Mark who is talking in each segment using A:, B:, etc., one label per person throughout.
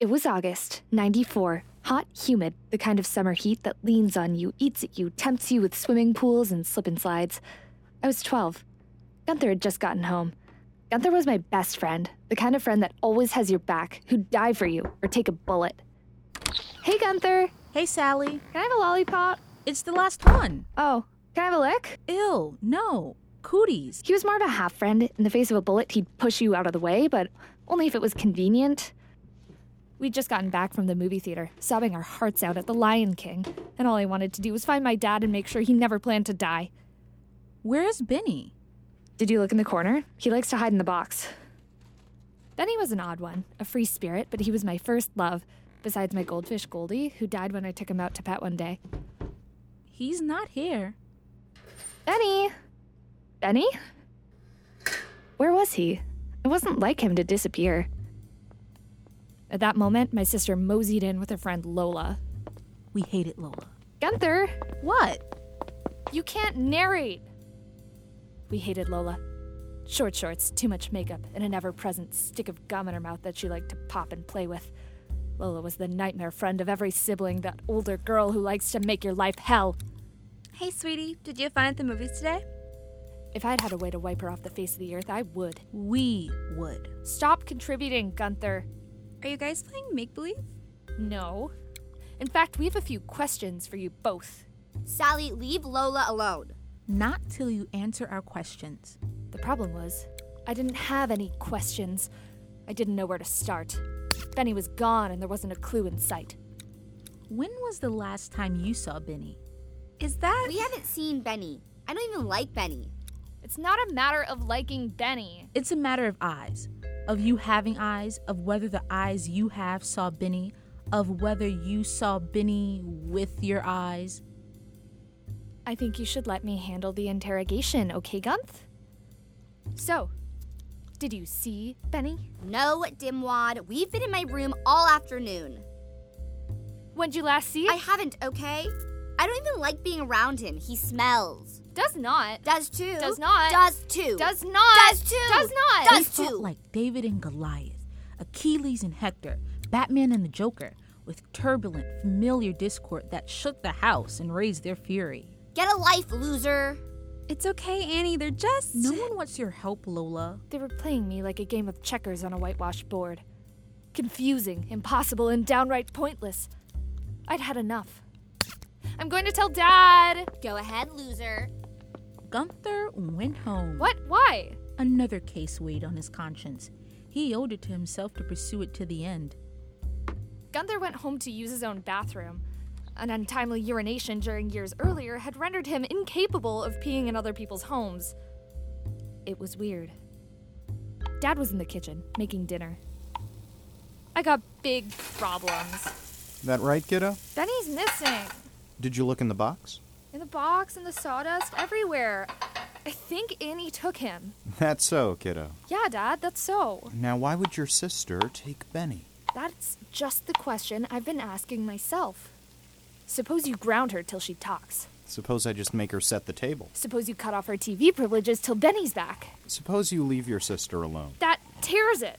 A: It was August, 94. Hot, humid, the kind of summer heat that leans on you, eats at you, tempts you with swimming pools and slip and slides. I was 12. Gunther had just gotten home. Gunther was my best friend, the kind of friend that always has your back, who'd die for you or take a bullet. Hey, Gunther,
B: Hey, Sally.
A: can I have a lollipop?
B: It's the last one.
A: Oh, can I have a lick?
B: Ill. No. Cooties.
A: He was more of a half friend. In the face of a bullet, he'd push you out of the way, but only if it was convenient. We'd just gotten back from the movie theater, sobbing our hearts out at The Lion King, and all I wanted to do was find my dad and make sure he never planned to die.
B: Where's Benny?
A: Did you look in the corner? He likes to hide in the box. Benny was an odd one, a free spirit, but he was my first love, besides my goldfish Goldie, who died when I took him out to pet one day.
B: He's not here.
A: Benny! Benny? Where was he? It wasn't like him to disappear. At that moment, my sister moseyed in with her friend Lola.
B: We hate it, Lola.
A: Gunther,
B: What?
A: you can't narrate! We hated Lola. Short shorts, too much makeup, and an ever present stick of gum in her mouth that she liked to pop and play with. Lola was the nightmare friend of every sibling, that older girl who likes to make your life hell.
C: Hey, sweetie, did you have fun at the movies today?
A: If I'd had a way to wipe her off the face of the earth, I would.
B: We would.
A: Stop contributing, Gunther.
C: Are you guys playing make believe?
A: No. In fact, we have a few questions for you both.
D: Sally, leave Lola alone.
B: Not till you answer our questions.
A: The problem was, I didn't have any questions. I didn't know where to start. Benny was gone and there wasn't a clue in sight.
B: When was the last time you saw Benny?
C: Is that.
D: We haven't seen Benny. I don't even like Benny.
A: It's not a matter of liking Benny.
B: It's a matter of eyes. Of you having eyes, of whether the eyes you have saw Benny, of whether you saw Benny with your eyes.
A: I think you should let me handle the interrogation, okay, Gunth? So, did you see Benny?
D: No, Dimwad, we've been in my room all afternoon.
A: When'd you last see
D: I haven't, okay? I don't even like being around him. He smells.
A: Does not.
D: Does too.
A: Does not.
D: Does too.
A: Does not.
D: Does too.
A: Does not.
D: Does
B: We fought
D: too.
B: like David and Goliath, Achilles and Hector, Batman and the Joker, with turbulent, familiar discord that shook the house and raised their fury.
D: Get a life, loser.
C: It's okay, Annie, they're just.
B: No one wants your help, Lola.
A: They were playing me like a game of checkers on a whitewashed board. Confusing, impossible, and downright pointless. I'd had enough. I'm going to tell Dad!
D: Go ahead, loser.
B: Gunther went home.
A: What? Why?
B: Another case weighed on his conscience. He owed it to himself to pursue it to the end.
A: Gunther went home to use his own bathroom. An untimely urination during years earlier had rendered him incapable of peeing in other people's homes. It was weird. Dad was in the kitchen, making dinner. I got big problems.
E: That right, kiddo?
A: Benny's missing.
E: Did you look in the box?
A: In the box, in the sawdust, everywhere. I think Annie took him.
E: That's so, kiddo.
A: Yeah, Dad, that's so.
E: Now, why would your sister take Benny?
A: That's just the question I've been asking myself. Suppose you ground her till she talks.
E: Suppose I just make her set the table.
A: Suppose you cut off her TV privileges till Benny's back.
E: Suppose you leave your sister alone.
A: That tears it.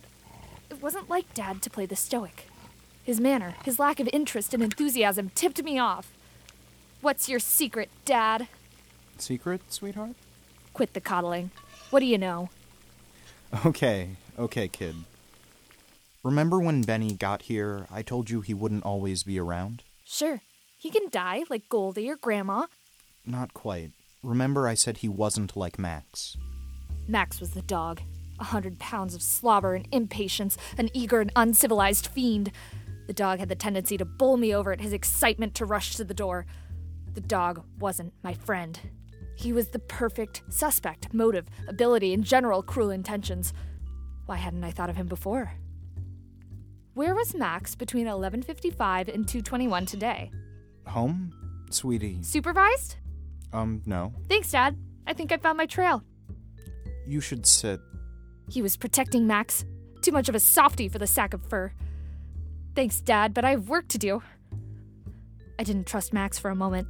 A: It wasn't like Dad to play the stoic. His manner, his lack of interest and enthusiasm tipped me off. What's your secret, Dad?
E: Secret, sweetheart?
A: Quit the coddling. What do you know?
E: Okay, okay, kid. Remember when Benny got here, I told you he wouldn't always be around?
A: Sure, he can die like Goldie or Grandma,
E: Not quite. Remember, I said he wasn't like Max.
A: Max was the dog. A hundred pounds of slobber and impatience, an eager and uncivilized fiend. The dog had the tendency to bowl me over at his excitement to rush to the door. The dog wasn't my friend. He was the perfect suspect, motive, ability, and general cruel intentions. Why hadn't I thought of him before? Where was Max between 11:55 and 2:21 today?
E: Home? Sweetie.
A: Supervised?
E: Um, no.
A: Thanks, Dad. I think I found my trail.
E: You should sit.
A: He was protecting Max. Too much of a softy for the sack of fur. Thanks, Dad, but I have work to do. I didn't trust Max for a moment.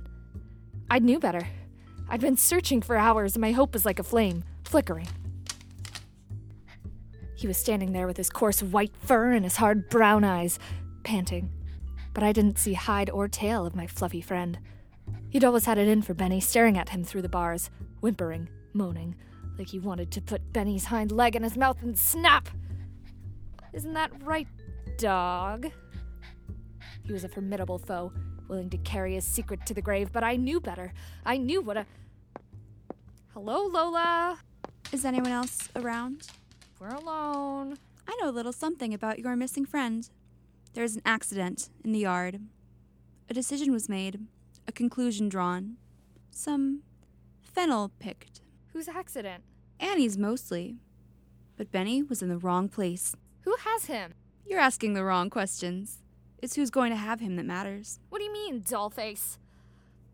A: I knew better. I'd been searching for hours, and my hope was like a flame, flickering. He was standing there with his coarse white fur and his hard brown eyes, panting. But I didn't see hide or tail of my fluffy friend. He'd always had it in for Benny, staring at him through the bars, whimpering, moaning, like he wanted to put Benny's hind leg in his mouth and snap. Isn't that right, dog? He was a formidable foe, willing to carry his secret to the grave, but I knew better. I knew what a. Hello, Lola.
C: Is anyone else around?
A: We're alone.
C: I know a little something about your missing friend. There was an accident in the yard. A decision was made, a conclusion drawn. Some fennel picked.
A: Whose accident?
C: Annie's mostly. But Benny was in the wrong place.
A: Who has him?
C: You're asking the wrong questions. It's who's going to have him that matters.
A: What do you mean, dollface?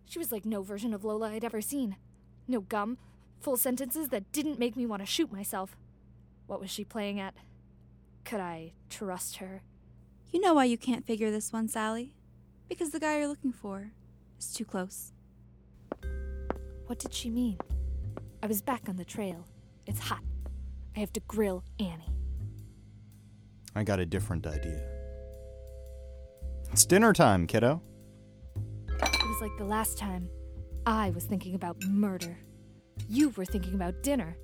A: She was like no version of Lola I'd ever seen. No gum, full sentences that didn't make me want to shoot myself. What was she playing at? Could I trust her?
C: You know why you can't figure this one, Sally? Because the guy you're looking for is too close.
A: What did she mean? I was back on the trail. It's hot. I have to grill Annie.
E: I got a different idea. It's dinner time, kiddo.
A: It was like the last time. I was thinking about murder. You were thinking about dinner.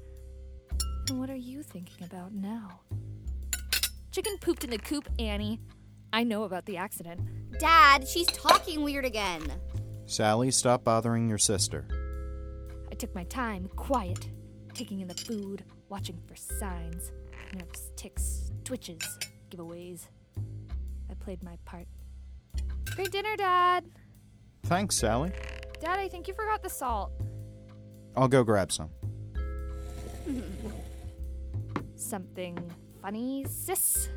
A: And what are you thinking about now? Chicken pooped in the coop, Annie. I know about the accident.
D: Dad, she's talking weird again.
E: Sally, stop bothering your sister.
A: I took my time, quiet, taking in the food, watching for signs, nerves, ticks, twitches, giveaways. I played my part. Great dinner, Dad.
E: Thanks, Sally.
A: Dad, I think you forgot the salt.
E: I'll go grab some.
A: Something funny, sis?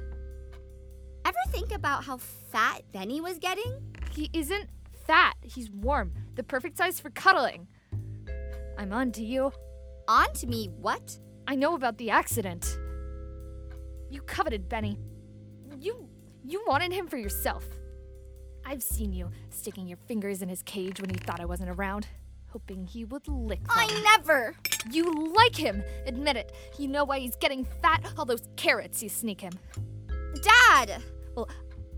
D: Ever think about how fat Benny was getting?
A: He isn't fat. He's warm, the perfect size for cuddling. I'm on to you.
D: On to me, what?
A: I know about the accident. You coveted Benny. You you wanted him for yourself. I've seen you sticking your fingers in his cage when he thought I wasn't around, hoping he would lick them.
D: I never.
A: You like him, admit it. You know why he's getting fat, all those carrots you sneak him.
D: Dad!
A: Well,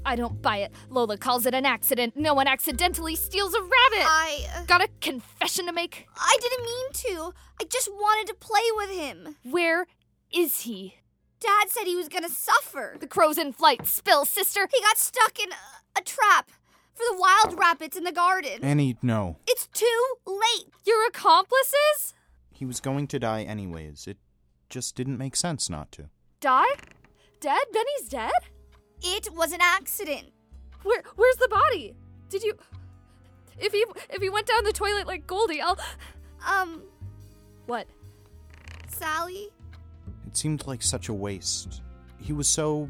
A: I don't buy it. Lola calls it an accident. No one accidentally steals a rabbit.
D: I. uh,
A: Got a confession to make?
D: I didn't mean to. I just wanted to play with him.
A: Where is he?
D: Dad said he was gonna suffer.
A: The crow's in flight. Spill, sister.
D: He got stuck in a, a trap for the wild rabbits in the garden.
E: Annie, no.
D: It's too late.
A: Your accomplices?
E: He was going to die anyways. It just didn't make sense not to.
A: Die? Dead? Benny's dead?
D: It was an accident.
A: Where where's the body? Did you If he if he went down the toilet like Goldie, I'll
D: Um,
A: What?
D: Sally,
E: It seemed like such a waste. He was so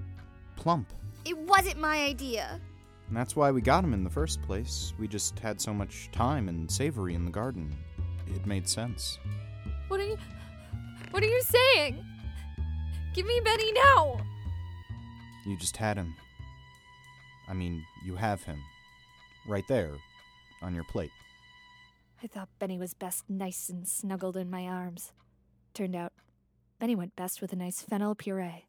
E: plump.
D: it wasn't my idea.
E: And that's why we got him in the first place. We just had so much time and savory in the garden. It made sense.
A: What are you What are you saying? Give me Benny now.
E: You just had him. I mean, you have him. Right there, on your plate.
A: I thought Benny was best nice and snuggled in my arms. Turned out Benny went best with a nice fennel puree.